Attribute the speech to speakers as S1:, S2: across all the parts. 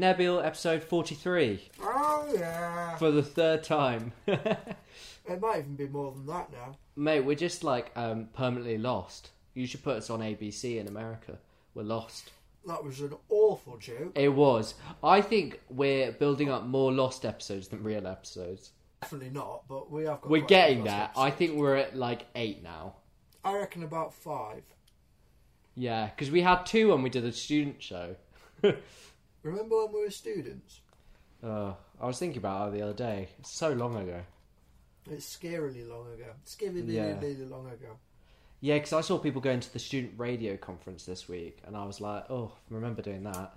S1: Nebil episode 43
S2: Oh yeah.
S1: for the third time.
S2: It might even be more than that now.
S1: Mate, we're just like um, permanently lost. You should put us on ABC in America. We're lost.
S2: That was an awful joke.
S1: It was. I think we're building up more lost episodes than real episodes.
S2: Definitely not, but we have got
S1: We're
S2: quite a
S1: getting
S2: few
S1: there.
S2: episodes.
S1: I think we're at like eight now.
S2: I reckon about five.
S1: Yeah, because we had two when we did the student show.
S2: Remember when we were students?
S1: Oh, I was thinking about that the other day. It's so long ago.
S2: It's scarily long ago. Scarily,
S1: Yeah.
S2: really long ago.
S1: Yeah, because I saw people going to the student radio conference this week, and I was like, oh, remember doing that.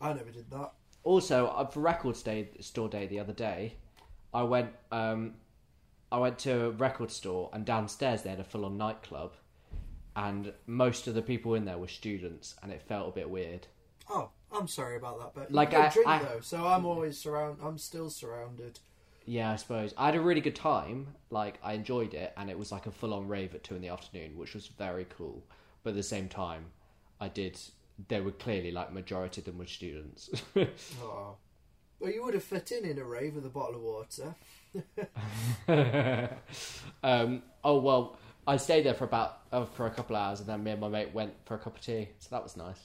S2: I never did that.
S1: Also, uh, for Record Day Store Day the other day, I went um, I went to a record store and downstairs they had a full on nightclub, and most of the people in there were students, and it felt a bit weird.
S2: Oh, I'm sorry about that, but
S1: Like,
S2: like I
S1: I-
S2: drink
S1: I-
S2: though, so I'm always surround. I'm still surrounded.
S1: Yeah, I suppose I had a really good time. Like I enjoyed it, and it was like a full on rave at two in the afternoon, which was very cool. But at the same time, I did. There were clearly like majority of them were students.
S2: Oh. Well, you would have fit in in a rave with a bottle of water.
S1: um, oh well, I stayed there for about uh, for a couple hours, and then me and my mate went for a cup of tea. So that was nice.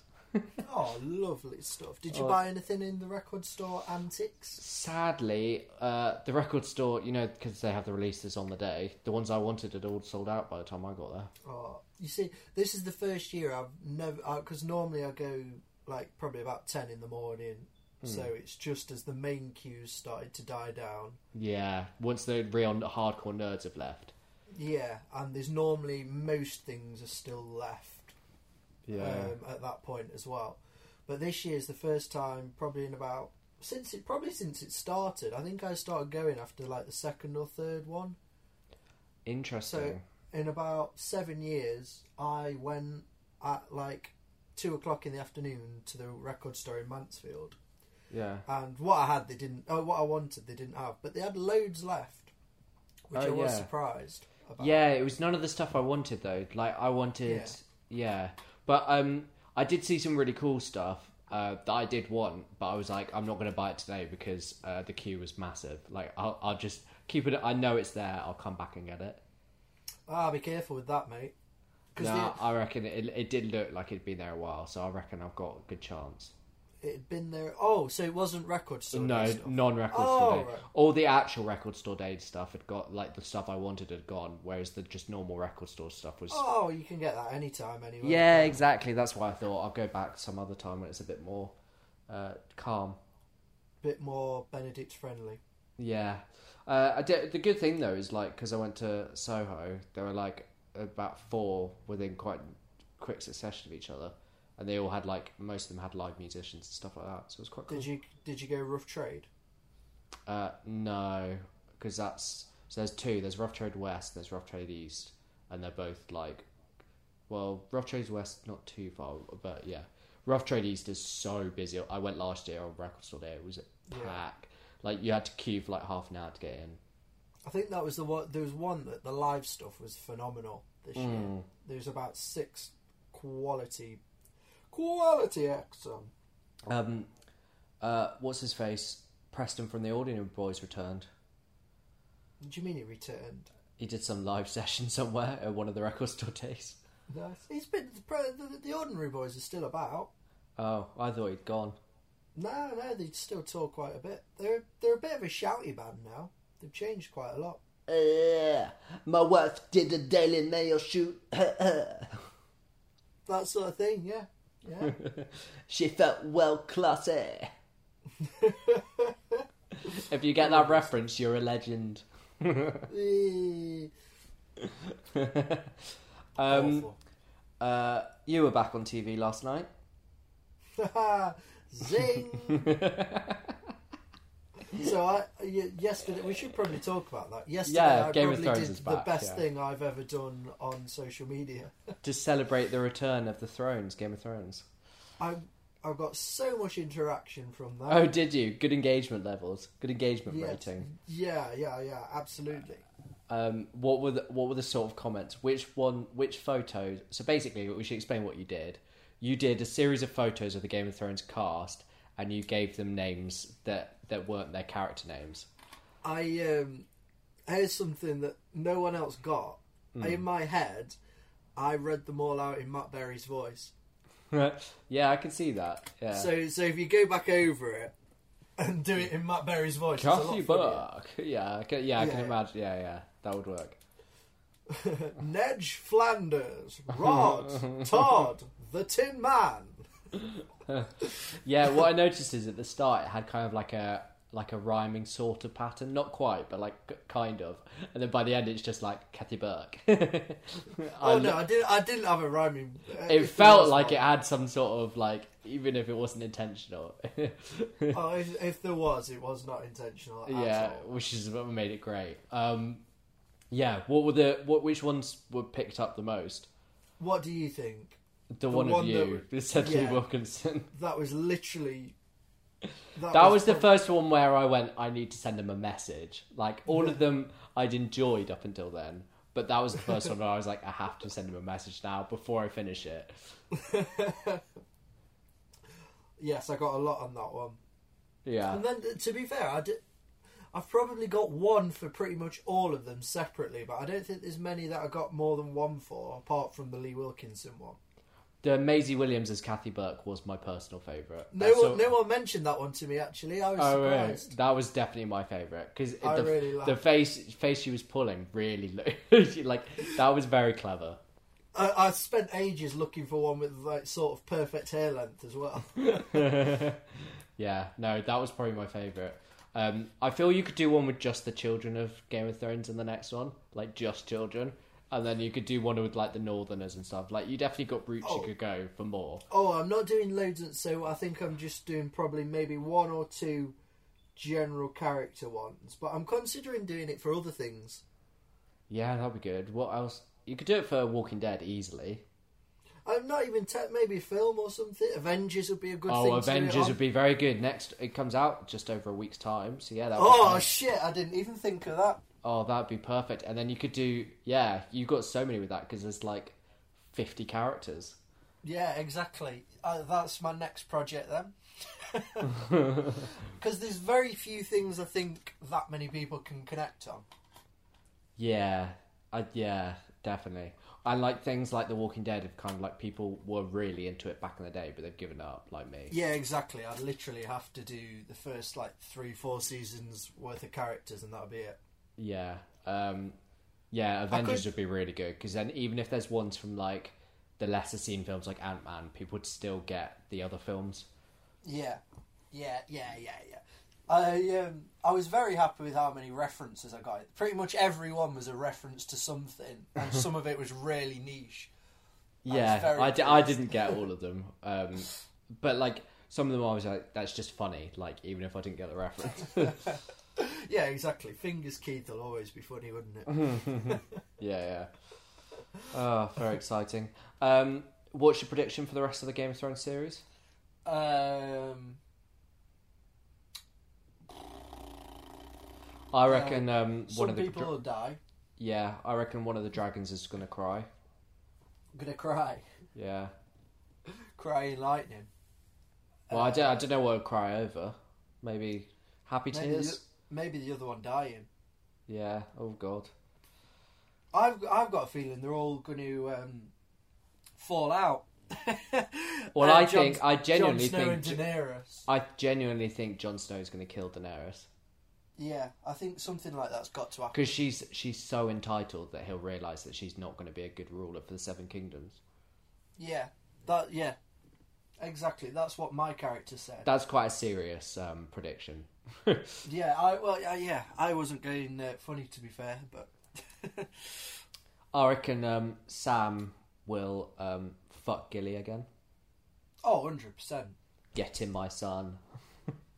S2: Oh, lovely stuff. Did you
S1: Oh.
S2: buy anything in the record store antics?
S1: Sadly, uh, the record store, you know, because they have the releases on the day, the ones I wanted had all sold out by the time I got there.
S2: Oh, you see, this is the first year I've never because normally I go like probably about ten in the morning, so it's just as the main queues started to die down.
S1: Yeah, once the real hardcore nerds have left.
S2: Yeah, and there's normally most things are still left um, at that point as well. But this year is the first time, probably in about since it probably since it started. I think I started going after like the second or third one.
S1: interesting.
S2: So in about seven years, I went at like two o'clock in the afternoon to the record store in Mansfield,
S1: yeah,
S2: and what I had they didn't. Oh, what I wanted they didn't have, but they had loads left, which
S1: Oh,
S2: I was
S1: yeah.
S2: surprised about.
S1: yeah, it was none of the stuff I wanted though. Like I wanted, yeah, but um, I did see some really cool stuff. Uh, that I did want, but I was like, I'm not going to buy it today because uh, the queue was massive. Like, I'll, I'll just keep it. I know it's there. I'll come back and get it.
S2: Ah, be careful with that, mate. Because
S1: Nah, I reckon it, it did look like it'd been there a while, so I reckon I've got a good chance.
S2: it had been there. Oh, so it wasn't record store.
S1: No,
S2: stuff.
S1: non-record
S2: Oh,
S1: store day.
S2: right.
S1: All the actual record store day stuff had got like the stuff I wanted had gone, whereas the just normal record store stuff was.
S2: Oh, you can get that anytime anyway.
S1: Yeah, exactly. That's why I thought I'll go back some other time when it's a bit more uh, calm.
S2: Bit more Benedict friendly.
S1: Yeah. Uh, I did, the good thing though is like because I went to Soho, there were like about four within quite quick succession of each other, and they all had like most of them had live musicians and stuff like that, so it was quite cool.
S2: Did you did you go rough trade?
S1: Uh, no, because that's so. There's two. There's Rough Trade West. There's Rough Trade East, and they're both like, well, Rough Trade West not too far, but yeah, Rough Trade East is so busy. I went last year on Record Store Day. It was
S2: Yeah.
S1: packed. Like you had to queue for like half an hour to get in.
S2: I think that was the one. There was one that the live stuff was phenomenal this year. There was about six quality, quality acts on.
S1: Um, uh, what's his face? Preston from the Ordinary Boys returned.
S2: What Do you mean he returned?
S1: He did some live session somewhere at one of the Record Store Days.
S2: Nice. He's been the, pre- the, the ordinary boys are still about.
S1: Oh, I thought he'd gone.
S2: No, no, they still tour quite a bit. They're they're a bit of a shouty band now. They've changed quite a lot.
S1: Yeah, my wife did the Daily Mail shoot.
S2: That sort of thing. Yeah, yeah.
S1: she felt well classy. if you get that reference, you're a legend.
S2: Eh,
S1: Um,
S2: Awful.
S1: uh, you were back on TV last night.
S2: Zing. so I y- yesterday we should probably talk about that. Yesterday
S1: Yeah,
S2: I
S1: Game of
S2: probably
S1: Thrones
S2: did
S1: is
S2: the
S1: back,
S2: best
S1: yeah.
S2: thing I've ever done on social media.
S1: To celebrate the return of the Thrones, Game of Thrones.
S2: I I got so much interaction from that.
S1: Oh, did you? Good engagement levels. Good engagement
S2: yeah,
S1: rating.
S2: yeah, yeah, yeah, absolutely.
S1: um, what were the, what were the sort of comments? Which one? Which photos? So basically, we should explain what you did. You did a series of photos of the Game of Thrones cast, and you gave them names that that weren't their character names.
S2: I um, here's something that no one else got.
S1: Hmm.
S2: In my head, I read them all out in Matt Berry's voice.
S1: yeah, I can see that. Yeah.
S2: So so if you go back over it and do it in Matt Berry's voice, it's a
S1: Coffee
S2: lot
S1: book. Yeah, I can, yeah, I can
S2: Yeah.
S1: imagine. Yeah, yeah, that would work.
S2: funnier. Nedge Flanders, Rod, Todd, the Tin Man.
S1: Yeah, what I noticed is at the start it had kind of like a like a rhyming sort of pattern, not quite, but like k- kind of. And then by the end, it's just like Kathy Burke. I
S2: Oh
S1: lo-
S2: no, I didn't. I didn't have a rhyming. uh,
S1: It felt like it had some sort of like, even if it wasn't intentional.
S2: Oh, if, if there was, it was not intentional. At
S1: yeah,
S2: all.
S1: which is what made it great. Um, yeah, what were the what? Which ones were picked up the most?
S2: What do you think?
S1: The, one,
S2: one
S1: of
S2: that
S1: you,
S2: w-
S1: the Cedric
S2: yeah.
S1: Wilkinson.
S2: That was literally.
S1: That was the
S2: prob-
S1: first one where I went, I need to send them a message. Like, all of them I'd enjoyed up until then. But that was the first one where I was like, I have to send them a message now before I finish it.
S2: Yes, I got a lot on that one.
S1: Yeah.
S2: And then, uh, to be fair, I did, I've probably got one for pretty much all of them separately, but I don't think there's many that I got more than one for, apart from the Lee Wilkinson one.
S1: The Maisie Williams as Kathy Burke was my personal favourite.
S2: No
S1: That's
S2: one,
S1: all-
S2: no one mentioned that one to me actually. I was
S1: Uh, Oh, really?
S2: surprised.
S1: That was definitely my favourite. Because
S2: I
S1: the,
S2: really
S1: the
S2: liked-
S1: face face she was pulling really looked like that was very clever.
S2: I, I spent ages looking for one with like sort of perfect hair length as well.
S1: Yeah, no, that was probably my favourite. Um, I feel you could do one with just the children of Game of Thrones in the next one, like just children, and then you could do one with like the Northerners and stuff. Like you definitely got routes
S2: Oh.
S1: you could go for more.
S2: Oh, I'm not doing loads, of, so I think I'm just doing probably maybe one or two general character ones. But I'm considering doing it for other things.
S1: Yeah, that'd be good. What else? You could do it for Walking Dead easily.
S2: I'm not even te- maybe film or something. Avengers would be a good thing.
S1: oh,
S2: to do it
S1: Avengers
S2: on.
S1: would be very good. Next, it comes out just over a week's time, so yeah, that.
S2: Oh
S1: Would be,
S2: shit! I didn't even think of that.
S1: oh, that'd be perfect. And then you could do yeah, you got so many with that because there's like fifty characters.
S2: Yeah, exactly. Uh, that's my next project then. Because there's very few things I think that many people can connect on.
S1: Yeah, I, yeah, definitely. I like things like The Walking Dead. Have kind of like people were really into it back in the day, but they've given up, like me.
S2: Yeah, exactly. I'd literally have to do the first like three, four seasons worth of characters, and that'll be it.
S1: Yeah, um, yeah. Avengers
S2: could-
S1: would be really good because then even if there's ones from like the lesser seen films like Ant Man, people would still get the other films.
S2: Yeah, yeah, yeah, yeah, yeah. I um, I was very happy with how many references I got. Pretty much every one was a reference to something, and some of it was really niche.
S1: Yeah,
S2: very
S1: I, di- I
S2: pleased.
S1: didn't get all of them, um, but like some of them, I was like, that's just funny. Like even if I didn't get the reference.
S2: Yeah, exactly. Fingers Keith will always be funny, wouldn't it?
S1: Yeah, yeah. Oh, very exciting. Um, what's your prediction for the rest of the Game of Thrones series?
S2: um,
S1: I reckon um, one
S2: some
S1: of the
S2: people will die.
S1: yeah, I reckon one of the dragons is gonna cry.
S2: I'm gonna cry,
S1: Yeah.
S2: crying lightning. Uh,
S1: Well, I don't. I don't know what I'll cry over. Maybe happy
S2: Maybe the,
S1: tears.
S2: maybe the other one dying.
S1: Yeah. Oh God.
S2: I've I've got a feeling they're all going to um, fall out.
S1: Well,
S2: Uh,
S1: I
S2: Jon-
S1: think- I genuinely
S2: Jon Snow
S1: think-
S2: and Daenerys.
S1: I genuinely think Jon Snow is gonna kill Daenerys
S2: Yeah, I think something like that's got to happen.
S1: because she's she's so entitled that he'll realize that she's not gonna be a good ruler for the Seven Kingdoms.
S2: Yeah, that yeah, exactly. That's what my character said.
S1: That's quite a serious um, prediction.
S2: yeah, I well yeah, yeah I wasn't going uh, funny to be fair, but
S1: I reckon um, Sam will um, fuck Gilly again.
S2: oh, 100 percent.
S1: Get him, my son.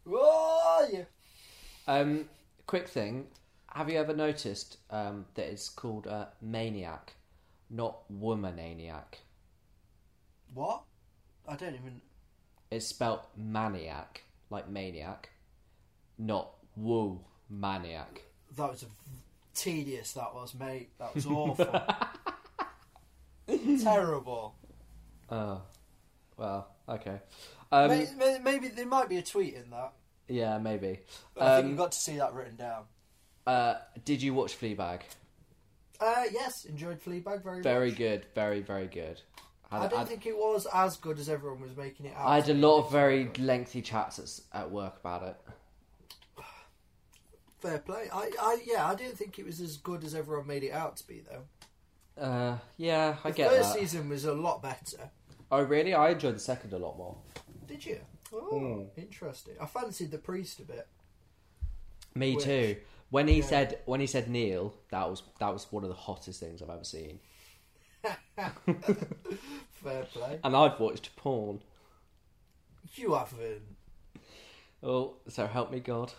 S2: Oh yeah.
S1: Um, quick thing. Have you ever noticed um, that it's called uh, Maniac, not Womaniac?
S2: What? I don't even.
S1: It's spelt Maniac, like Maniac, not Woo Maniac.
S2: That was a v- tedious. That was mate. That was awful. Terrible. Uh,
S1: Oh, well, okay. Um,
S2: May maybe, maybe there might be a tweet in that.
S1: yeah, maybe.
S2: I think
S1: Um,
S2: you got to see that written down.
S1: Uh, did you watch Fleabag?
S2: Uh, yes, enjoyed Fleabag very,
S1: Very
S2: much.
S1: good, very very good. Had-
S2: I don't
S1: had-
S2: think it was as good as everyone was making it out.
S1: I had
S2: to
S1: a
S2: be.
S1: lot of very lengthy chats at, s- at work about it.
S2: fair play. I, I, yeah, I didn't think it was as good as everyone made it out to be though.
S1: Uh, yeah, I
S2: the
S1: get
S2: first
S1: that.
S2: season was a lot better.
S1: Oh, really? I enjoyed the second a lot more.
S2: Did you? Oh, interesting. I fancied the priest a bit.
S1: Me
S2: Which-
S1: too. When he
S2: yeah.
S1: said when he said Neil, that was that was one of the hottest things I've ever seen.
S2: Fair play.
S1: And I've watched porn.
S2: You haven't.
S1: Oh, so help me God.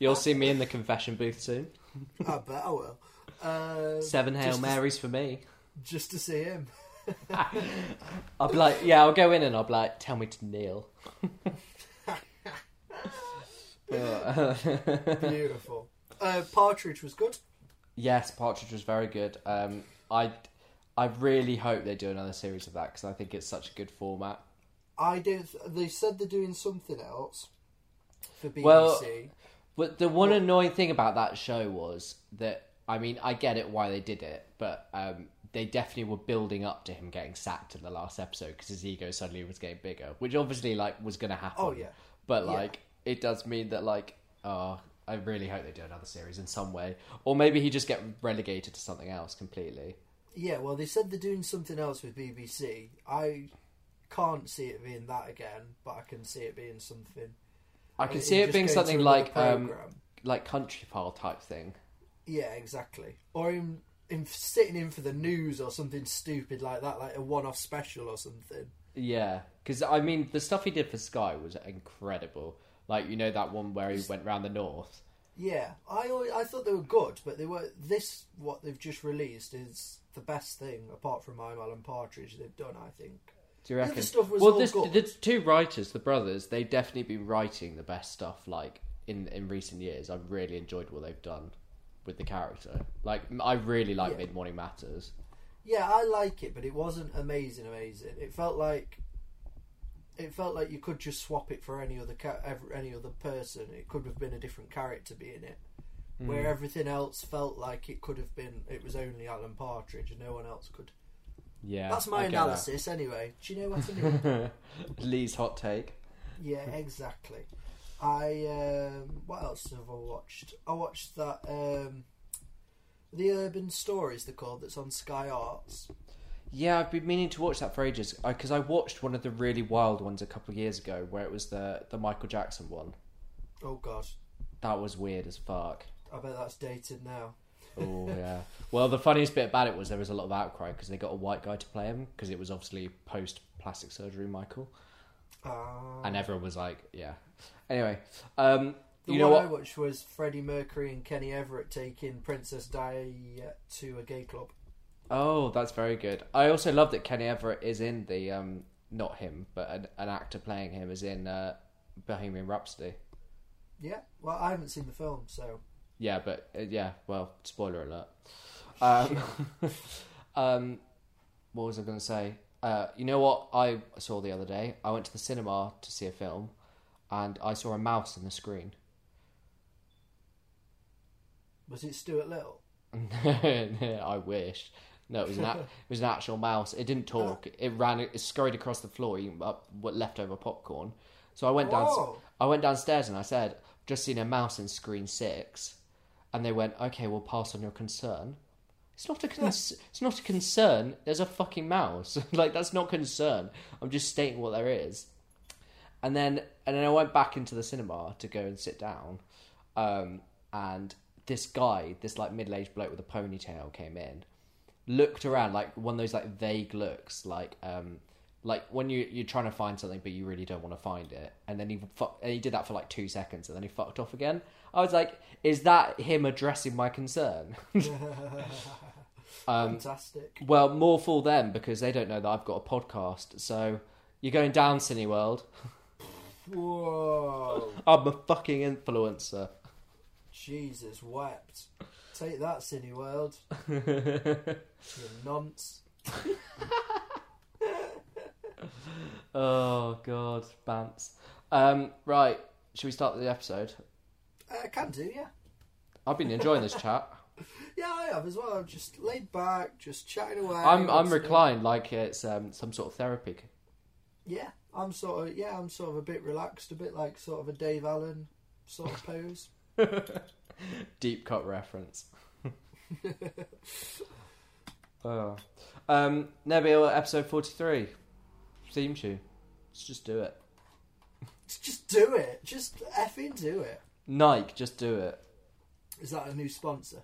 S1: You'll see me in the confession booth soon.
S2: I bet I will. Uh,
S1: Seven Hail
S2: just to-
S1: Marys for me.
S2: just to see him.
S1: I'll be like, yeah, I'll go in and I'll be like, tell me to kneel. Uh,
S2: Beautiful. Uh, Partridge was good.
S1: yes, Partridge was very good. Um, I, I really hope they do another series of that because I think it's such a good format.
S2: I don't. They said they're doing something else for BBC.
S1: Well- But the one annoying thing about that show was that I mean I get it why they did it, but um, they definitely were building up to him getting sacked in the last episode because his ego suddenly was getting bigger, which obviously like was going to happen.
S2: Oh, yeah.
S1: but
S2: Yeah.
S1: like it does mean that like oh I really hope they do another series in some way, or maybe he just get relegated to something else completely.
S2: yeah, well, they said they're doing something else with BBC. I can't see it being that again, but I can see it being something.
S1: I can
S2: It-
S1: see
S2: it
S1: it,
S2: just
S1: being
S2: goes
S1: something
S2: to another
S1: like um,
S2: programme.
S1: like country pile type thing.
S2: Yeah, exactly. Or in, in sitting in for the news or something stupid like that, like a one-off special or something.
S1: Yeah, because I mean, the stuff he did for Sky was incredible. Like you know that one where he went round the north.
S2: Yeah, I always, I thought they were good, but they were this what they've just released is the best thing apart from I'm Alan Partridge they've done. I think.
S1: Do you
S2: The
S1: reckon?
S2: other stuff was
S1: well,
S2: all
S1: this,
S2: good.
S1: the two writers, the brothers, they've definitely been writing the best stuff. Like in in recent years, I've really enjoyed what they've done with the character. Like m- I really like
S2: Yeah.
S1: Mid Morning Matters.
S2: Yeah, I like it, but it wasn't amazing. Amazing. It felt like it felt like you could just swap it for any other ca- ev- any other person. It could have been a different character being it.
S1: Mm.
S2: Where everything else felt like it could have been, it was only Alan Partridge and no one else could.
S1: Yeah,
S2: That's my
S1: I get that.
S2: analysis, anyway. Do you know what I mean?
S1: Lee's hot take.
S2: Yeah, exactly. I um, what else have I watched? I watched that um, the Urban Stories they're called that's on Sky Arts.
S1: Yeah, I've been meaning to watch that for ages because I watched one of the really wild ones a couple of years ago, where it was the the Michael Jackson one.
S2: Oh God,
S1: That was weird as fuck.
S2: I bet that's dated now.
S1: Oh yeah. Well, the funniest bit about it was there was a lot of outcry because they got a white guy to play him because it was obviously post plastic surgery Michael,
S2: Ah,
S1: and everyone was like, "Yeah." Anyway, um,
S2: the
S1: you know what?
S2: one I watched was Freddie Mercury and Kenny Everett taking Princess Di to a gay club.
S1: Oh, that's very good. I also love that Kenny Everett is in the um, not him, but an, an actor playing him is in uh, Bohemian Rhapsody.
S2: Yeah, well, I haven't seen the film, so
S1: Yeah, but uh, yeah. Well, spoiler alert. Um, um, what was I going to say? Uh, you know what I saw the other day? I went to the cinema to see a film, and I saw a mouse in the screen.
S2: was it Stuart Little?
S1: I wish. No, it was an a- it was an actual mouse. It didn't talk. It ran. It scurried across the floor, eating up what leftover popcorn. So I went down.
S2: Whoa.
S1: I went downstairs and I said, "Just seen a mouse in screen six. and they went, "Okay, we'll pass on your concern." It's not a con- it's not a concern. There's a fucking mouse. like that's not concern. I'm just stating what there is. And then and then I went back into the cinema to go and sit down. Um, and this guy, this like middle aged bloke with a ponytail, came in, looked around like one of those like vague looks, like um, like when you you're trying to find something but you really don't want to find it. And then he fuck, and he did that for like two seconds, and then he fucked off again. I was like, is that him addressing my concern? Um,
S2: Fantastic.
S1: well, more fool them because they don't know that I've got a podcast. So you're going down Cineworld.
S2: Whoa,
S1: I'm a fucking influencer.
S2: Jesus wept. Take that, Cineworld. You nonce.
S1: oh god, Bants. Um, right, should we start the episode?
S2: Uh, can do, yeah.
S1: I've been enjoying this chat.
S2: Yeah, I have as well. I'm just laid back, just chatting away.
S1: I'm I'm
S2: It's-
S1: reclined like it's um, some sort of therapy.
S2: Yeah, I'm sort of yeah, I'm sort of a bit relaxed, a bit like sort of a Dave Allen sort of pose.
S1: Deep cut reference. oh. Um, Nebula episode forty three. Theme tune. Let's just do it.
S2: just do it. Just effing do it.
S1: Nike, just do it.
S2: Is that a new sponsor?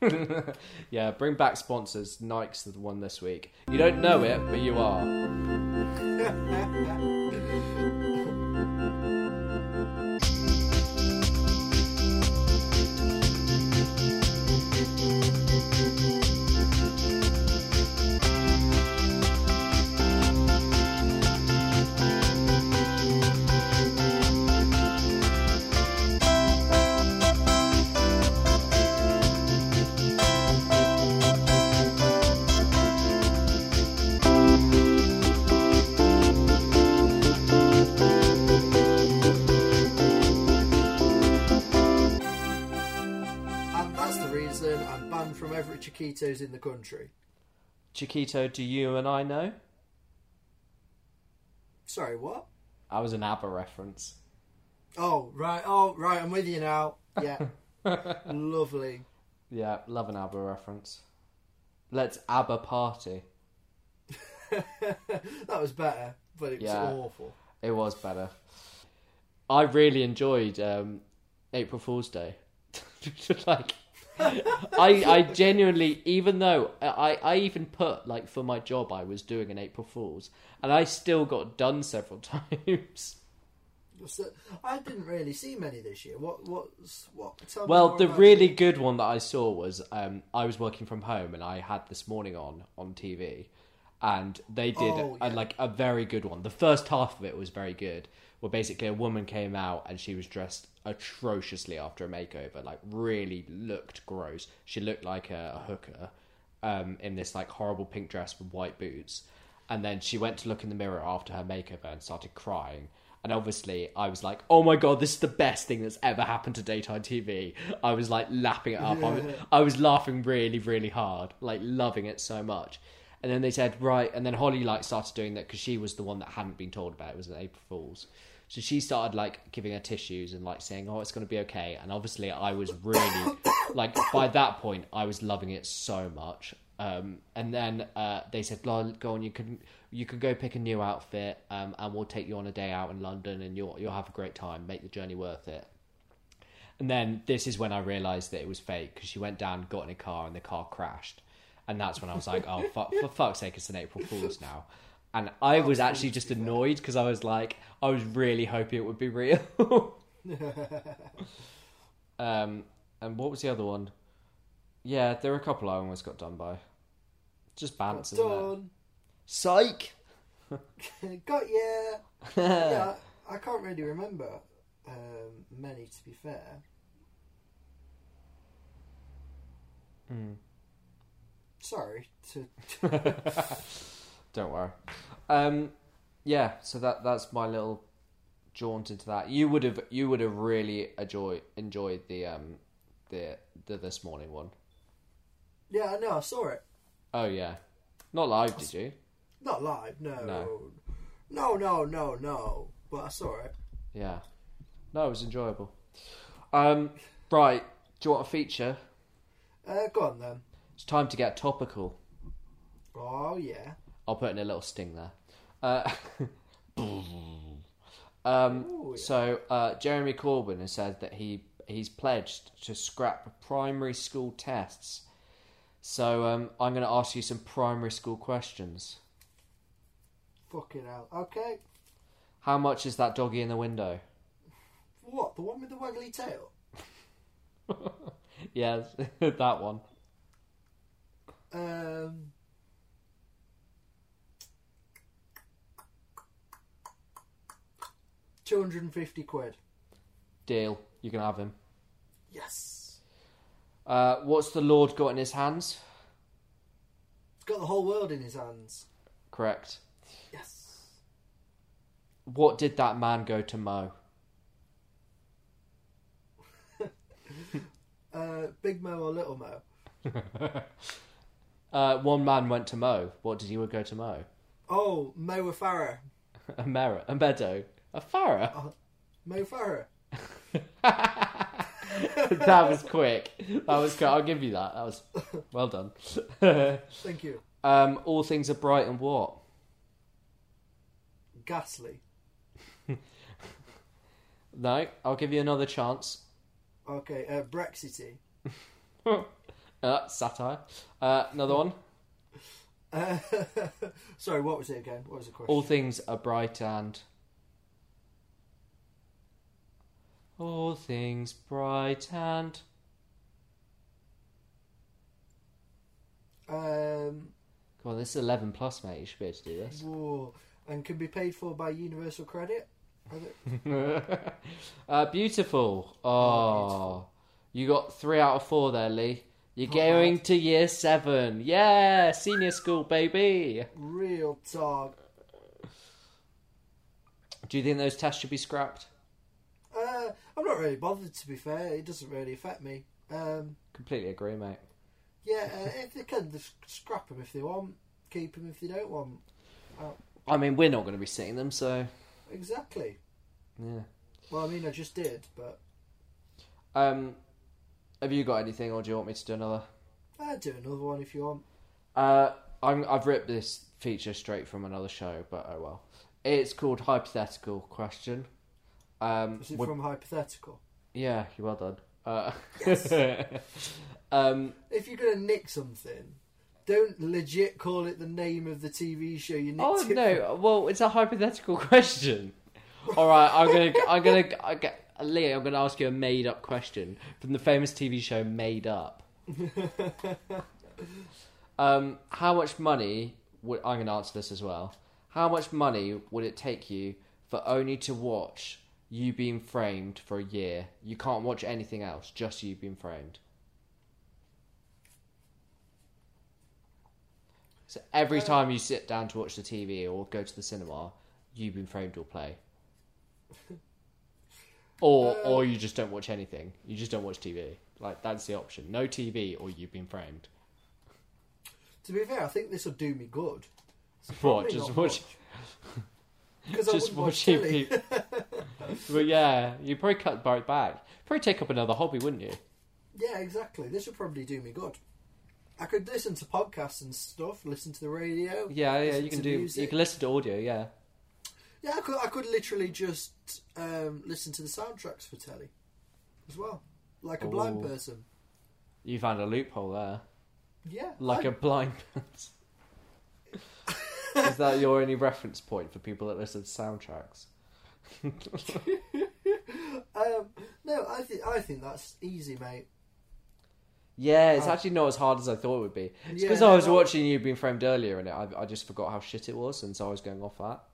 S1: yeah, bring back sponsors. Nike's the one this week. You don't know it, but you are.
S2: And that's the reason I'm banned from every Chiquitos in the country.
S1: Chiquito, do you and I know?
S2: Sorry, what?
S1: I was an ABBA reference.
S2: Oh right, oh right, I'm with you now. Yeah, lovely.
S1: Yeah, love an ABBA reference. Let's ABBA party.
S2: That was better, but it was
S1: Yeah.
S2: awful.
S1: It was better. I really enjoyed um, April Fool's Day. like, I I genuinely, even though I I even put like for my job I was doing an April Fool's, and I still got done several times.
S2: So, I didn't really see many this year. What? What's what? Tell me
S1: Well,
S2: more
S1: the
S2: about
S1: really
S2: it.
S1: good one that I saw was um, I was working from home and I had this morning on on TV, and they did
S2: Oh,
S1: a,
S2: yeah.
S1: like a very good one. The first half of it was very good, where basically a woman came out and she was dressed atrociously after a makeover, like really looked gross. She looked like a, a hooker um, in this like horrible pink dress with white boots, and then she went to look in the mirror after her makeover and started crying. And obviously, I was like, "Oh my god, this is the best thing that's ever happened to daytime TV." I was like lapping it up. I, was, I was laughing really, really hard, like loving it so much. And then they said, "Right," and then Holly like started doing that because she was the one that hadn't been told about it. It was an April Fools. So she started like giving her tissues and like saying, "Oh, it's going to be okay." And obviously, I was really like by that point, I was loving it so much. Um, and then uh, they said, "Lol, "Go on, you can you can go pick a new outfit, um, and we'll take you on a day out in London, and you'll you'll have a great time. Make the journey worth it." And then this is when I realised that it was fake because she went down, got in a car, and the car crashed. And that's when I was like, oh, fuck, for fuck's sake, it's an April Fool's now. And I was actually just annoyed because I was like, I was really hoping it would be real. um, and what was the other one? Yeah, there were a couple I almost got done by. Just bants, isn't it?
S2: done.
S1: Psych!
S2: Got ya. yeah, I I can't really remember um, many to be fair. Sorry to.
S1: Don't worry. Um, yeah, so that that's my little jaunt into that. You would have you would have really enjoy, enjoyed the um the, the this morning one.
S2: Yeah, I know. I saw it.
S1: Oh yeah, not live, did you?
S2: Not live. No.
S1: No.
S2: No. No. No. no. But I saw it.
S1: Yeah, no, it was enjoyable. Um, right, do you want a feature?
S2: Uh, go on then.
S1: It's time to get topical.
S2: Oh yeah.
S1: I'll put in a little sting there. Uh, um, So uh, Jeremy Corbyn has said that he he's pledged to scrap primary school tests. So um, I'm going to ask you some primary school questions.
S2: Fucking hell. Okay.
S1: How much is that doggy in the window?
S2: What the one with the waggly tail?
S1: Yes, that one.
S2: Um. Two hundred and fifty quid.
S1: Deal. You can have him.
S2: Yes.
S1: Uh, what's the Lord got in his hands?
S2: He's got the whole world in his hands.
S1: Correct.
S2: Yes.
S1: What did that man go to mow?
S2: Uh, Big Mo or Little Mo?
S1: uh, one man went to mow. What did he go to mow?
S2: Oh, Mo Farah.
S1: A, mer- a meadow. A farrow.
S2: Mo Farah.
S1: that was quick. That was quick. I'll give you that. That was well done.
S2: Thank you.
S1: um, all things are bright and what?
S2: Ghastly.
S1: No, I'll give you another chance.
S2: Okay, uh, Brexity.
S1: Uh, satire. Uh, another one.
S2: Uh, sorry, what was it again? What was the question?
S1: All things are bright and. All things bright and.
S2: Um,
S1: Come on, this is 11 plus, mate. You should be able to do this.
S2: whoa. And can be paid for by Universal Credit? I don't-
S1: uh, beautiful. Oh, you got three out of four there, Lee. You're going to year seven. Yeah, senior school, baby.
S2: Real talk.
S1: Do you think those tests should be scrapped?
S2: Uh, I'm not really bothered, to be fair. It doesn't really affect me. Um,
S1: Completely agree, mate.
S2: yeah, uh, if they can, just scrap them if they want. Keep them if they don't want.
S1: I mean, we're not going to be seeing them, so
S2: Exactly.
S1: yeah.
S2: Well, I mean, I just did, but
S1: Um, have you got anything, or do you want me to do another?
S2: I'd do another one if you want.
S1: Uh, I'm, I've ripped this feature straight from another show, but oh well. It's called hypothetical question. Um,
S2: Is it
S1: we're-
S2: from hypothetical?
S1: yeah, you well done. Uh, um,
S2: If you're going to nick something, don't legit call it the name of the TV show you nicked
S1: oh
S2: it from.
S1: no, well, it's a hypothetical question. All right, I'm gonna, I'm gonna, I'm gonna, Lee, I'm gonna ask you a made-up question from the famous TV show Made Up. Um, how much money would I'm going to answer this as well? How much money would it take you for only to watch you being framed for a year? You can't watch anything else, just you being framed. So every time you sit down to watch the TV or go to the cinema, you being framed will play. Or, or you just don't watch anything. You just don't watch TV. Like that's the option. No TV, or you've been framed.
S2: To be fair, I think this will do me good. So
S1: What?
S2: probably
S1: Just
S2: not
S1: watch.
S2: Because I
S1: Just
S2: wouldn't watch
S1: watching
S2: telly.
S1: people. but yeah, you'd probably cut right back. Probably take up another hobby, wouldn't you?
S2: Yeah, exactly. This would probably do me good. I could listen to podcasts and stuff, listen to the radio.
S1: Yeah, yeah.
S2: listen
S1: You can
S2: to
S1: do. You
S2: music.
S1: can listen to audio. Yeah.
S2: Yeah, I could, I could literally just um, listen to the soundtracks for telly as well. Like a blind
S1: Ooh.
S2: person.
S1: You found a loophole there,
S2: Yeah.
S1: like
S2: I-
S1: a blind person. Is that your only reference point for people that listen to soundtracks?
S2: Um, no, I, th- I think that's easy, mate.
S1: Yeah, it's
S2: Oh.
S1: actually not as hard as I thought it would be. It's
S2: Yeah,
S1: because
S2: no,
S1: I was
S2: that-
S1: watching you being framed earlier, and it, I, I just forgot how shit it was, and so I was going off that.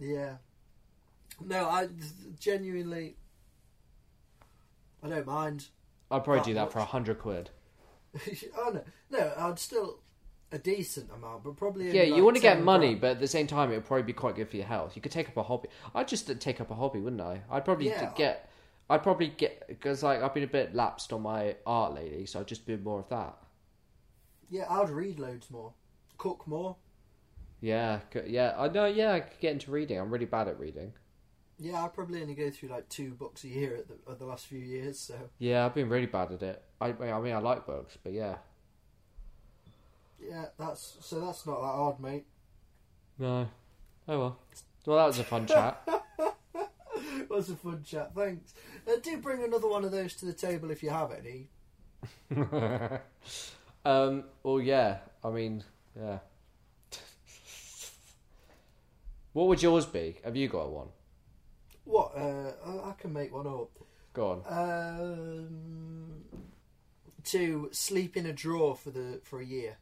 S2: Yeah. No, I genuinely. I don't mind.
S1: I'd probably
S2: That
S1: do that for a
S2: much.
S1: hundred quid.
S2: oh, no. No, I'd still. A decent amount, but probably. only
S1: Yeah, you
S2: like
S1: want to get
S2: 10
S1: money,
S2: grand.
S1: but at the same time, it would probably be quite good for your health. You could take up a hobby. I'd just take up a hobby, wouldn't I? I'd probably
S2: Yeah.
S1: get. I'd probably get because like I've been a bit lapsed on my art lately, so I'd just do more of that.
S2: Yeah, I'd read loads more, cook more.
S1: Yeah, c- yeah. I know. Yeah, I could get into reading. I'm really bad at reading.
S2: Yeah, I probably only go through like two books a year at the, at the last few years. So
S1: Yeah, I've been really bad at it. I, I mean, I like books, but yeah.
S2: yeah, that's so that's not that hard, mate.
S1: No. Oh well. Well, that was a fun chat.
S2: It was a fun chat. Thanks. Uh, do bring another one of those to the table if you have any.
S1: um. Well, yeah. I mean, yeah. what would yours be? Have you got one?
S2: What? Uh, I, I can make one up.
S1: Go on.
S2: Um, to sleep in a drawer for the for a year.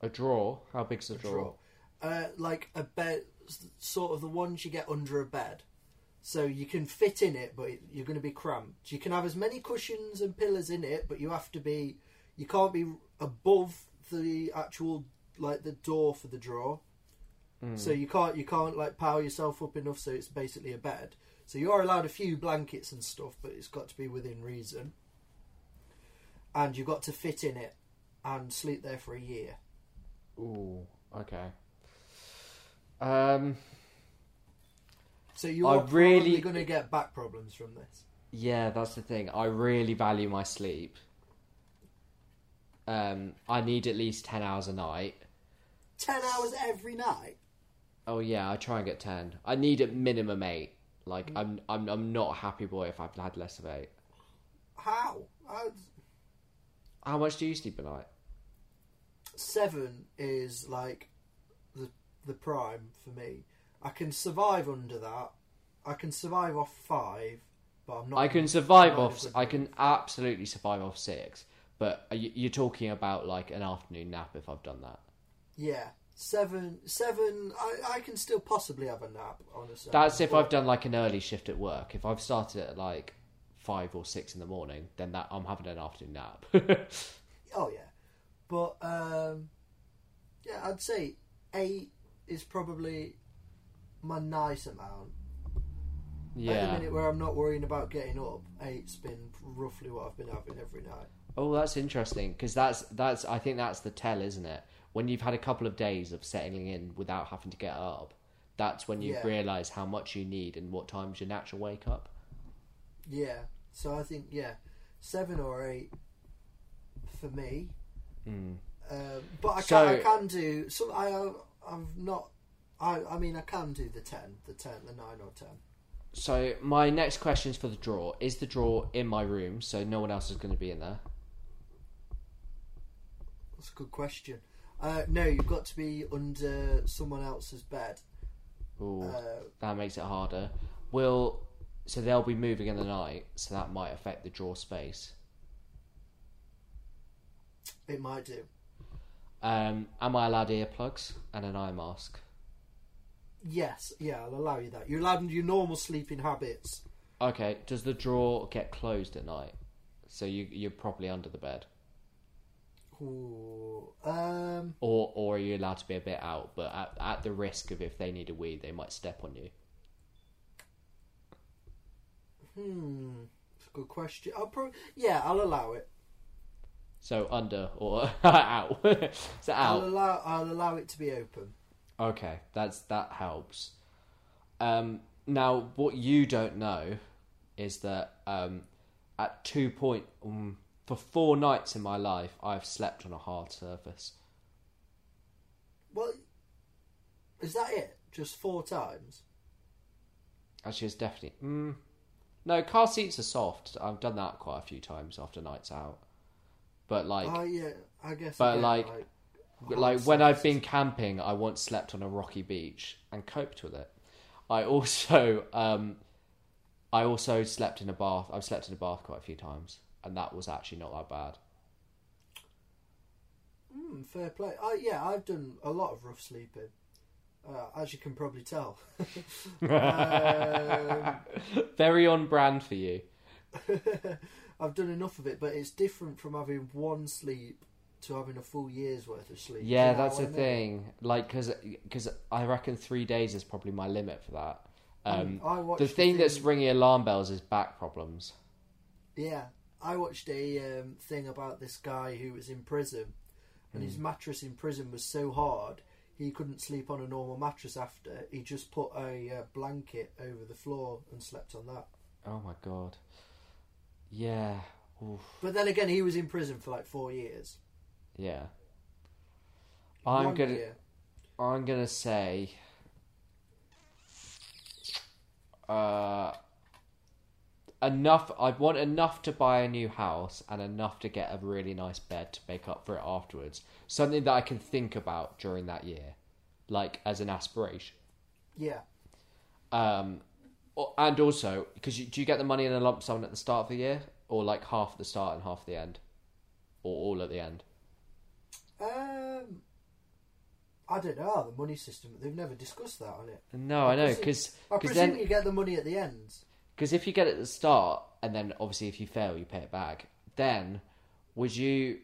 S1: A drawer? How big's the drawer?
S2: Uh, like a bed, s- sort of the ones you get under a bed. So you can fit in it, but you're going to be cramped. You can have as many cushions and pillows in it, but you have to be, you can't be above the actual like the door for the drawer. so you can't you can't like power yourself up enough so it's basically a bed so you are allowed a few blankets and stuff but it's got to be within reason and you've got to fit in it and sleep there for a year
S1: Ooh, okay. Um,
S2: so you
S1: I
S2: are
S1: really-
S2: probably going to get back problems from this
S1: yeah, that's the thing. I really value my sleep. Um, I need at least ten hours a night.
S2: 10 hours every night
S1: Oh yeah, I try and get ten. I need at minimum eight. Like I'm, I'm, I'm not a happy boy if I've had less of eight.
S2: how Uh, I'd-
S1: How much do you sleep a night?
S2: seven is like the the prime for me i can survive under that i can survive off five but i'm not
S1: I can survive
S2: Not a
S1: off.
S2: good
S1: I can absolutely survive off six. But are you- you're talking about like an afternoon nap if I've done that.
S2: yeah seven seven i, I can still possibly have a nap honestly
S1: That's if I've done like an early shift at work. If I've started at like five or six in the morning, then that I'm having an afternoon nap.
S2: Oh yeah, but um, yeah, I'd say eight is probably my nice amount. At the
S1: yeah.
S2: minute, where I'm not worrying about getting up, eight's been roughly what I've been having every night.
S1: Oh, that's interesting because that's that's I think that's the tell, isn't it? When you've had a couple of days of settling in without having to get up, that's when you
S2: Yeah.
S1: realise how much you need and what time's your natural wake up.
S2: Yeah, so I think yeah, seven or eight for me. Um, but I can
S1: Hmm. So-
S2: I can do some. I I've not. I I mean I can do the ten, the ten, the nine or ten.
S1: So my next question is for the drawer. Is the drawer in my room? So no one else is going to be in there.
S2: That's a good question. Uh, no, you've got to be under someone else's bed.
S1: Ooh,
S2: Uh,
S1: that makes it harder. Will so they'll be moving in the night, so that might affect the drawer space.
S2: It might do.
S1: Um, am I allowed earplugs and an eye mask?
S2: Yes, yeah, I'll allow you that. You're allowed into your normal sleeping habits.
S1: Okay. Does the drawer get closed at night? So you you're probably under the bed,
S2: Ooh, um,
S1: or or are you allowed to be a bit out, but at, at the risk of if they need a wee, they might step on you.
S2: hmm, it's a good question. I'll probably, yeah, I'll allow it.
S1: So under or out. so out.
S2: I'll allow, I'll allow it to be open.
S1: Okay, that's that helps. Um, now, what you don't know is that um, at two point um, for four nights in my life, I've slept on a hard surface.
S2: Well, is that it? Just four times?
S1: Actually, it's definitely mm, no car seats are soft. I've done that quite a few times after nights out, but like
S2: oh yeah, I guess.
S1: but
S2: again,
S1: like-
S2: hard
S1: like when I've
S2: surfaces.
S1: been camping, I once slept on a rocky beach and coped with it. I also, um, I also slept in a bath. I've slept in a bath quite a few times, and that was actually not that bad.
S2: Hmm, fair play. I yeah, I've done a lot of rough sleeping, uh, as you can probably tell. um,
S1: Very on brand for you.
S2: I've done enough of it, but it's different from having one sleep to having a full year's worth of sleep.
S1: Yeah,
S2: Do you know
S1: that's
S2: what
S1: the
S2: I mean?
S1: thing. Like, because I reckon three days is probably my limit for that. Um,
S2: I watched
S1: the
S2: a
S1: thing that's ringing alarm bells is back problems.
S2: Yeah, I watched a um, thing about this guy who was in prison, and
S1: Hmm.
S2: his mattress in prison was so hard he couldn't sleep on a normal mattress. After he just put a uh, blanket over the floor and slept on that.
S1: Oh my god. Yeah. Oof.
S2: But then again, he was in prison for like four years.
S1: Yeah. I'm
S2: One
S1: gonna.
S2: year.
S1: I'm gonna say. Uh, enough. I want enough to buy a new house and enough to get a really nice bed to make up for it afterwards. Something that I can think about during that year, like as an aspiration.
S2: Yeah,
S1: Um, o- and also because you, do you get the money in a lump sum at the start of the year, or like half at the start and half at the end, or all at the end?
S2: um, I don't know how the money system. They've never discussed that on it.
S1: No, I know
S2: presume-
S1: because
S2: I
S1: because
S2: presume
S1: then
S2: you get the money at the end.
S1: Because if you get it at the start, and then obviously if you fail, you pay it back. Then would you?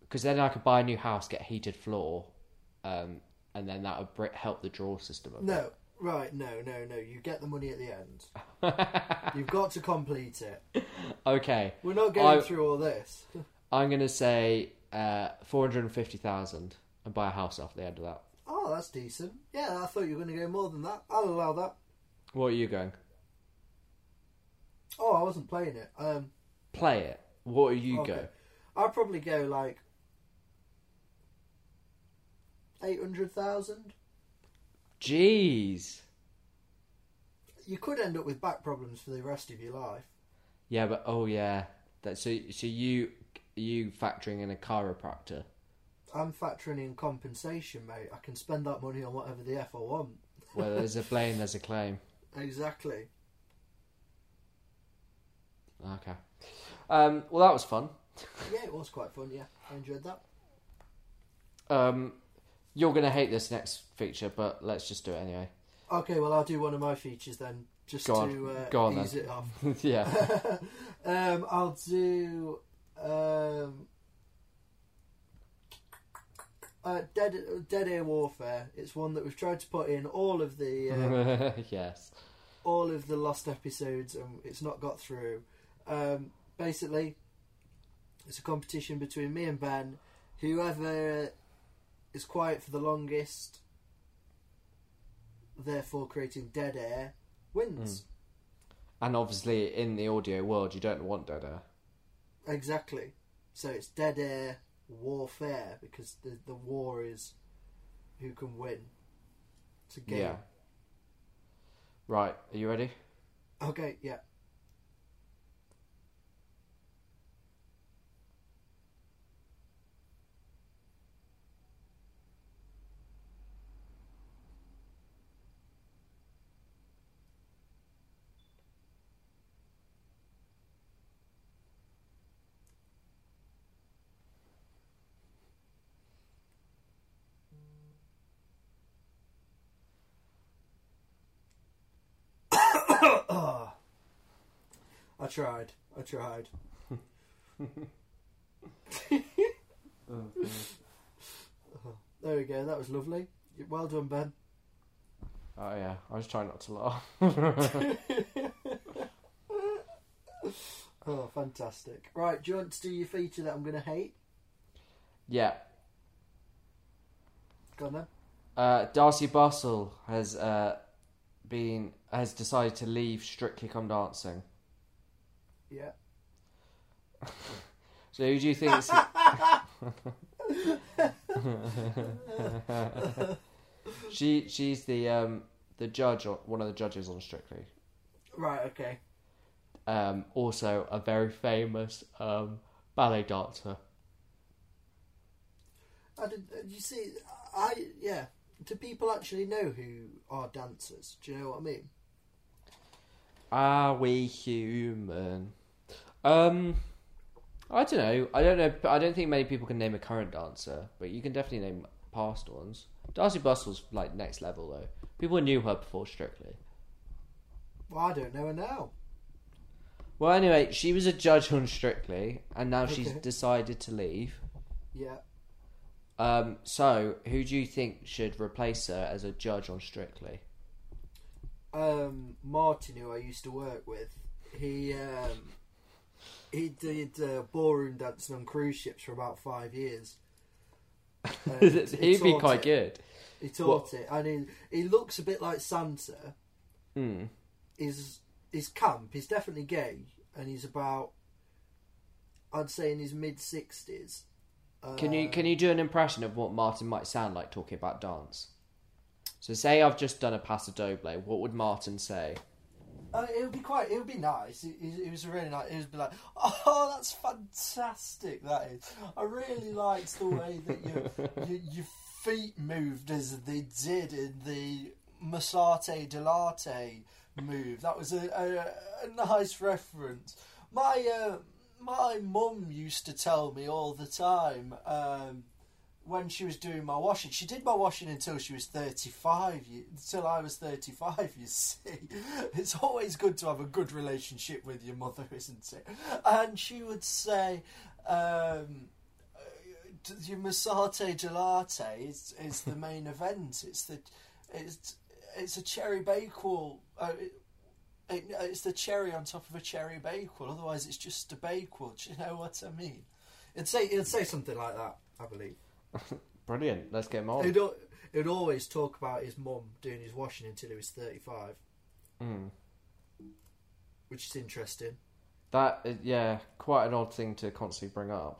S1: Because then I could buy a new house, get a heated floor, um, and then that would br- help the draw system. A
S2: No, right, no, no, no. You get the money at the end.
S1: bit.
S2: You've got to complete it.
S1: okay,
S2: We're not going
S1: I-
S2: through all this.
S1: I'm gonna say uh, four hundred and fifty thousand and buy a house off the end of that.
S2: Oh, that's decent. Yeah, I thought you were going to go more than that. I'll allow that.
S1: What are you going?
S2: Oh, I wasn't playing it. Um,
S1: Play it. What are you
S2: okay.
S1: go?
S2: I'd probably go like eight hundred thousand.
S1: Jeez.
S2: You could end up with back problems for the rest of your life.
S1: Yeah, but oh yeah. That so so you you factoring in a chiropractor.
S2: I'm factoring in compensation, mate. I can spend that money on whatever the f I want.
S1: Where there's a blame, there's a claim.
S2: Exactly.
S1: Okay. Um, well, that was fun.
S2: Yeah, it was quite fun. Yeah, I enjoyed that.
S1: Um, you're gonna hate this next feature, but let's just do it anyway.
S2: Okay, well, I'll do one of my features then, just
S1: Go on.
S2: to uh,
S1: Go on,
S2: ease
S1: then.
S2: it off.
S1: yeah.
S2: um, I'll do um, uh, Dead Dead Air Warfare. It's one that we've tried to put in all of the uh,
S1: yes.
S2: all of the lost episodes, and it's not got through. Um, basically, it's a competition between me and Ben. Whoever is quiet for the longest, therefore creating dead air, wins.
S1: And obviously, in the audio world, you don't want dead air.
S2: Exactly. So it's dead air warfare because the the war is who can win. It's a game.
S1: Yeah. Right. Are you ready?
S2: Okay. Yeah. I tried. I tried. There we go. That was lovely. Well done, Ben.
S1: Oh yeah. I was trying not to laugh.
S2: Oh, fantastic. Right. Do you want to do your feature that I'm going to hate?
S1: Yeah.
S2: Go on then.
S1: Uh, Darcy Bustle has uh, been has decided to leave Strictly Come Dancing.
S2: Yeah.
S1: So who do you think? Is... she she's the um, the judge on one of the judges on Strictly.
S2: Right. Okay.
S1: Um, also a very famous um, ballet dancer.
S2: I did. uh, You see, I yeah. Do people actually know who are dancers? Do you know what I mean?
S1: Are we human? Um, I don't know. I don't know. I don't think many people can name a current dancer, but you can definitely name past ones. Darcy Bustle's like next level though. People knew her before Strictly.
S2: Well, I don't know her now.
S1: Well, anyway, she was a judge on Strictly, and now she's
S2: Okay.
S1: decided to leave.
S2: Yeah.
S1: Um, so who do you think should replace her as a judge on Strictly?
S2: Um, Martin, who I used to work with, he um, he did uh, ballroom dancing on cruise ships for about five years. And he
S1: He'd be
S2: taught
S1: quite
S2: it.
S1: good.
S2: He taught it, and he he looks a bit like Santa.
S1: Hmm.
S2: Is is camp? He's definitely gay, and he's about, I'd say, in his mid sixties.
S1: Can you can you do an impression of what Martin might sound like talking about dance? So say I've just done a paso doble. What would Martin say?
S2: Uh, it would be quite. It would be nice. It, it, it was really nice. It would be like, oh, that's fantastic. That is. I really liked the way that your your, your feet moved as they did in the Masate Delate move. That was a, a, a nice reference. My uh, my mum used to tell me all the time. Um, when she was doing my washing, she did my washing until she was 35, you- until I was 35, you see. It's always good to have a good relationship with your mother, isn't it? And she would say, um, your Masato gelato is, is the main event. It's the it's it's a cherry bakewell. Uh, it, it, it's the cherry on top of a cherry bakewell. Otherwise, it's just a bakewell. Do you know what I mean? It'd say it'd say something like that. I believe.
S1: Brilliant. Let's get him on.
S2: He'd, al- he'd always talk about his mum doing his washing until he was thirty-five,
S1: Mm.
S2: which is interesting.
S1: That is- yeah, quite an odd thing to constantly bring up.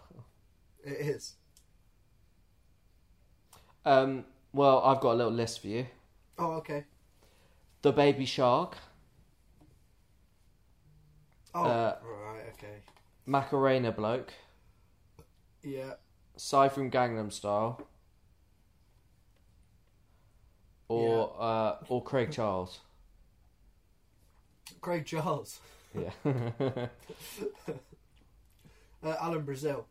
S2: It is.
S1: Um, well, I've got a little list for you.
S2: Oh, okay.
S1: The baby shark,
S2: Oh,
S1: Uh,
S2: right. Okay.
S1: Macarena bloke,
S2: Yeah.
S1: Psy from Gangnam Style, or uh, or Craig Charles.
S2: Craig Charles,
S1: Yeah.
S2: uh, Alan Brazil.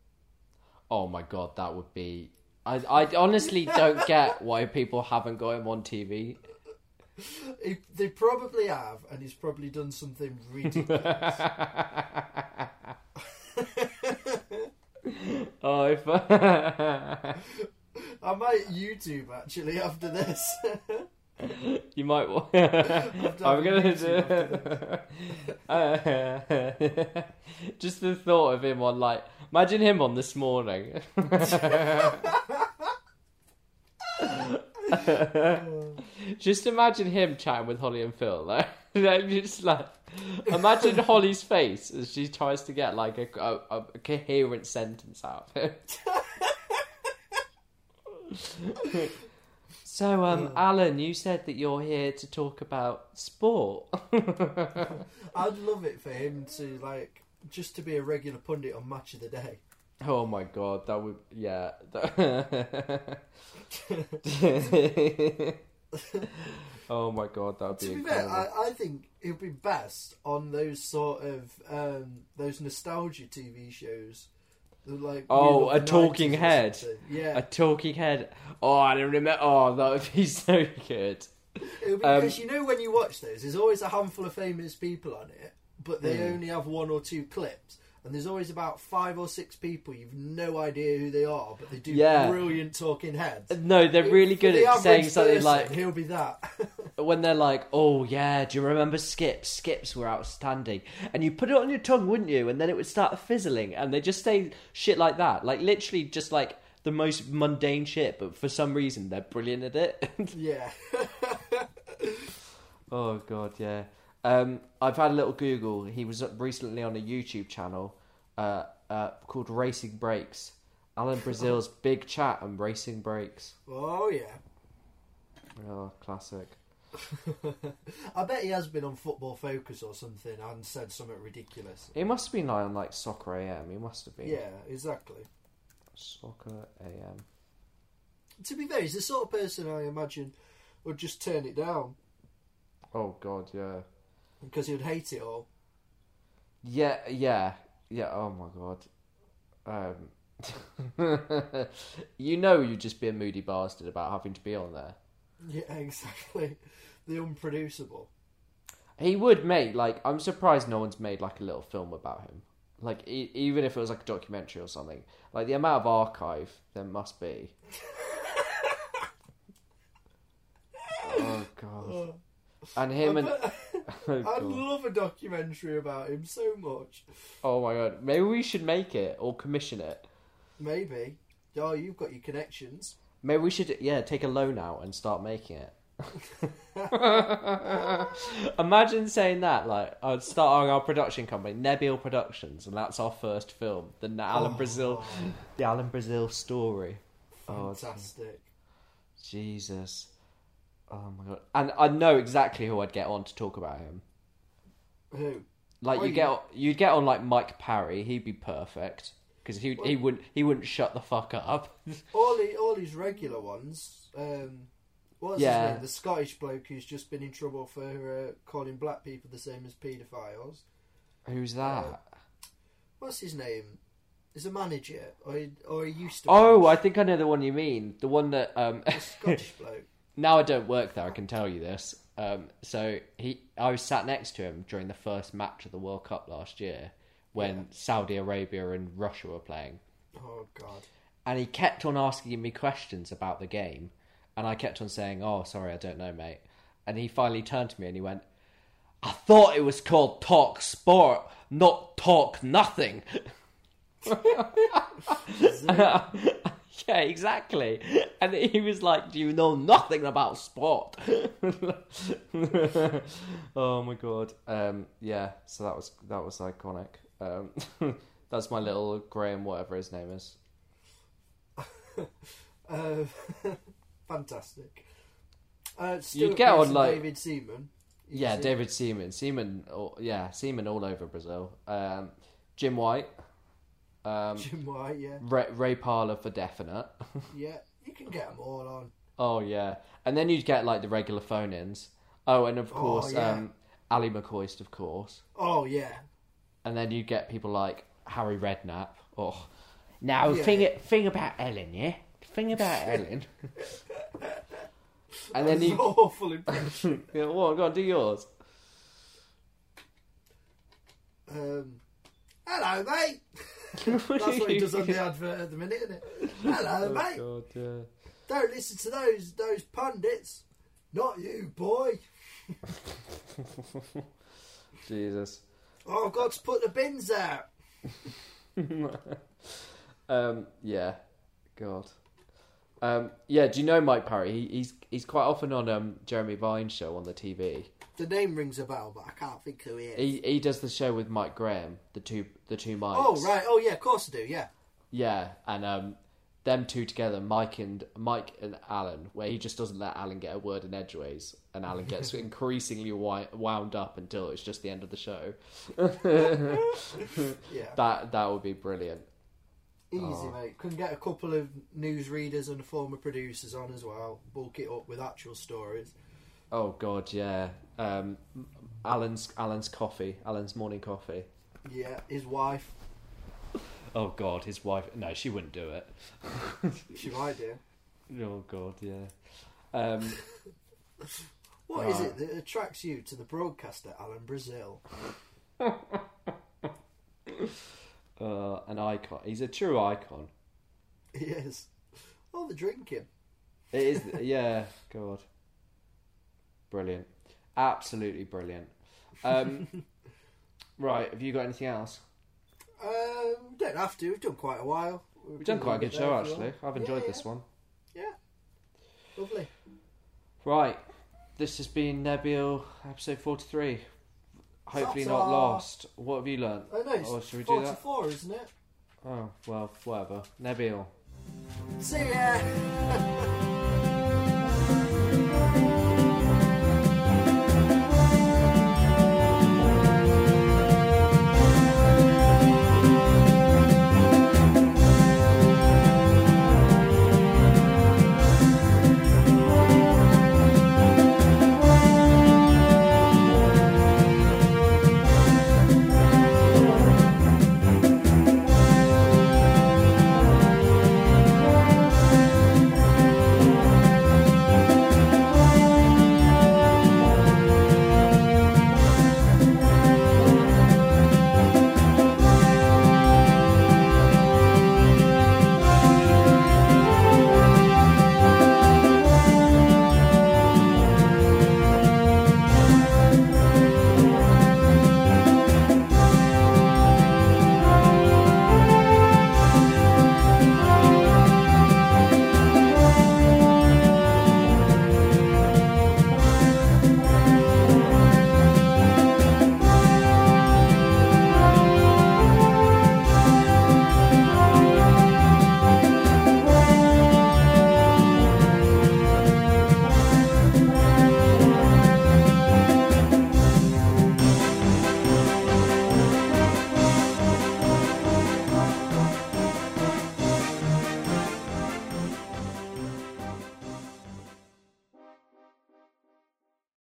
S1: oh my god, that would be. I I honestly don't get why people haven't got him on TV.
S2: He, they probably have, and he's probably done something ridiculous.
S1: oh, if
S2: I might YouTube actually after this.
S1: you might. wa- I'm gonna
S2: YouTube
S1: do. Uh, just the thought of him on like, imagine him on this morning. just imagine him chatting with Holly and Phil. Like, they're just like, imagine Holly's face as she tries to get like a, a, a coherent sentence out of him. So, um, Alan, you said that you're here to talk about sport.
S2: I'd love it for him to like just to be a regular pundit on Match of the Day.
S1: oh my god, that would yeah. oh my god, that would be
S2: to be fair,
S1: incredible.
S2: I, I think it would be best on those sort of um, those nostalgia TV shows. The, Like
S1: Oh,
S2: Wheel of
S1: a
S2: the
S1: talking
S2: 90s or
S1: head.
S2: something.
S1: A
S2: Yeah,
S1: talking head. Oh, I don't remember. Oh, that would be so good.
S2: it would be,
S1: um,
S2: because you know when you watch those, there's always a handful of famous people on it, but they
S1: Hmm.
S2: only have one or two clips. And there's always about five or six people you've no idea who they are, but they do
S1: Yeah.
S2: brilliant talking heads.
S1: No, they're really
S2: For
S1: good
S2: the
S1: at saying
S2: average
S1: something
S2: person,
S1: like
S2: he'll be that.
S1: when they're like, "Oh yeah, do you remember skips? Skips were outstanding." And you put it on your tongue, wouldn't you? And then it would start fizzling, and they just say shit like that, like literally just like the most mundane shit, but for some reason they're brilliant at it.
S2: yeah.
S1: oh god, yeah. Um, I've had a little Google. He was recently on a YouTube channel uh, uh, called Racing Breaks. Alan Brazil's big chat and racing breaks.
S2: oh yeah.
S1: Oh, classic.
S2: I bet he has been on Football Focus or something and said something ridiculous.
S1: It must have been like on like Soccer AM. He must have been.
S2: Yeah, exactly.
S1: Soccer AM.
S2: To be fair, he's the sort of person I imagine would just turn it down
S1: Oh god, yeah.
S2: because he would hate it all.
S1: Yeah, yeah. Yeah, oh my god. Um You know you'd just be a moody bastard about having to be on there.
S2: Yeah, exactly. The unproducible.
S1: He would make like I'm surprised no one's made like a little film about him. Like e- even if it was like a documentary or something. Like the amount of archive there must be. oh god. And him and Oh,
S2: I'd
S1: God.
S2: love a documentary about him so much.
S1: Oh my god. Maybe we should make it or commission it.
S2: Maybe. Oh, you've got your connections.
S1: Maybe we should, yeah, take a loan out and start making it. Imagine saying that, like, I'd start our- our production company, Nebiel Productions, and that's our first film, the Na- Alan Brazil,
S2: Oh,
S1: the Alan Brazil story. Oh, it's-
S2: Fantastic.
S1: Jesus, oh my god! And I know exactly who I'd get on to talk about him.
S2: Who?
S1: Like
S2: Oh,
S1: you
S2: you-
S1: get, you'd get on like Mike Parry, he'd be perfect because he he wouldn't he wouldn't shut the fuck up.
S2: All, he, all his regular ones. Um, what's
S1: Yeah.
S2: his name? The Scottish bloke who's just been in trouble for uh, calling black people the same as paedophiles.
S1: Who's that?
S2: What's his name? He's a manager, or he, or he used to.
S1: Oh, I
S2: manage.
S1: think I know the one you mean. The one that um
S2: The Scottish bloke.
S1: now I don't work there, I can tell you this. Um so he I was sat next to him during the first match of the World Cup last year when Saudi Arabia and Russia were playing.
S2: Oh God.
S1: and he kept on asking me questions about the game, and I kept on saying, "Oh, sorry, I don't know, mate." And he finally turned to me and he went, "I thought it was called Talk Sport, not Talk Nothing." yeah, exactly. And he was like, "Do you know nothing about sport?" oh my god. Um, yeah. So that was that was iconic. Um, that's my little Graham, whatever his name is.
S2: Uh, fantastic. Uh,
S1: You'd
S2: Stuart
S1: get
S2: Pearce
S1: on,
S2: and
S1: like-
S2: David Seaman. He's
S1: Yeah,
S2: in-
S1: David Seaman. Seaman. all- Yeah, Seaman all over Brazil. Um, Jim White. Um,
S2: Jim White. Yeah,
S1: Ray, Ray Parler for definite.
S2: yeah. You can get them all on.
S1: Oh yeah, and then you'd get like the regular phone-ins. Oh, and of
S2: Oh,
S1: course,
S2: yeah.
S1: um, Ali McCoist, of course.
S2: Oh yeah,
S1: And then you'd get people like Harry Redknapp. Oh, now
S2: Yeah.
S1: thing thing about Ellen, yeah, thing about Ellen. and then
S2: That's
S1: you,
S2: awful impression.
S1: yeah, well, go on, do yours.
S2: um, hello, mate. That's what he does on the advert at the minute, isn't it? Hello,
S1: Oh,
S2: mate.
S1: God, yeah.
S2: Don't listen to those those pundits. Not you, boy.
S1: Jesus.
S2: Oh, I've got to put the bins out.
S1: Um, yeah, God. Um, yeah, do you know Mike Parry? He, he's he's quite often on um, Jeremy Vine's show on the TV.
S2: The name rings a bell, but I can't think who he is.
S1: He he does the show with Mike Graham, the two the two mics.
S2: oh right. Oh yeah, of course I do. Yeah.
S1: Yeah, and um, them two together, Mike and Mike and Alan, where he just doesn't let Alan get a word in edgeways, and Alan gets increasingly wi- wound up until it's just the end of the show.
S2: Yeah.
S1: That Oh. that would be brilliant.
S2: Easy, mate. Can get a couple of newsreaders and former producers on as well. Bulk it up with actual stories.
S1: Oh God, yeah. Um, Alan's Alan's coffee, Alan's morning coffee.
S2: Yeah, his wife.
S1: Oh God, his wife. No, she wouldn't do it.
S2: She might do.
S1: Oh God, yeah. Um,
S2: What is
S1: Right.
S2: it that attracts you to the broadcaster Alan Brazil?
S1: uh, an icon. He's a true icon.
S2: He is. Oh, the drinking.
S1: It is, yeah. God, brilliant, absolutely brilliant. Um, right, have you got anything else?
S2: Um, don't have to. We've done quite a while.
S1: We've done quite a good show actually. I've enjoyed
S2: Yeah,
S1: this one.
S2: Yeah. Lovely.
S1: Right, this has been Nebil episode forty-three. Hopefully not
S2: Ta-ta.
S1: lost. What have you learnt?
S2: Oh no, it's
S1: Oh, should we do that?
S2: 44, isn't it?
S1: Oh well, whatever. Nebil.
S2: See ya!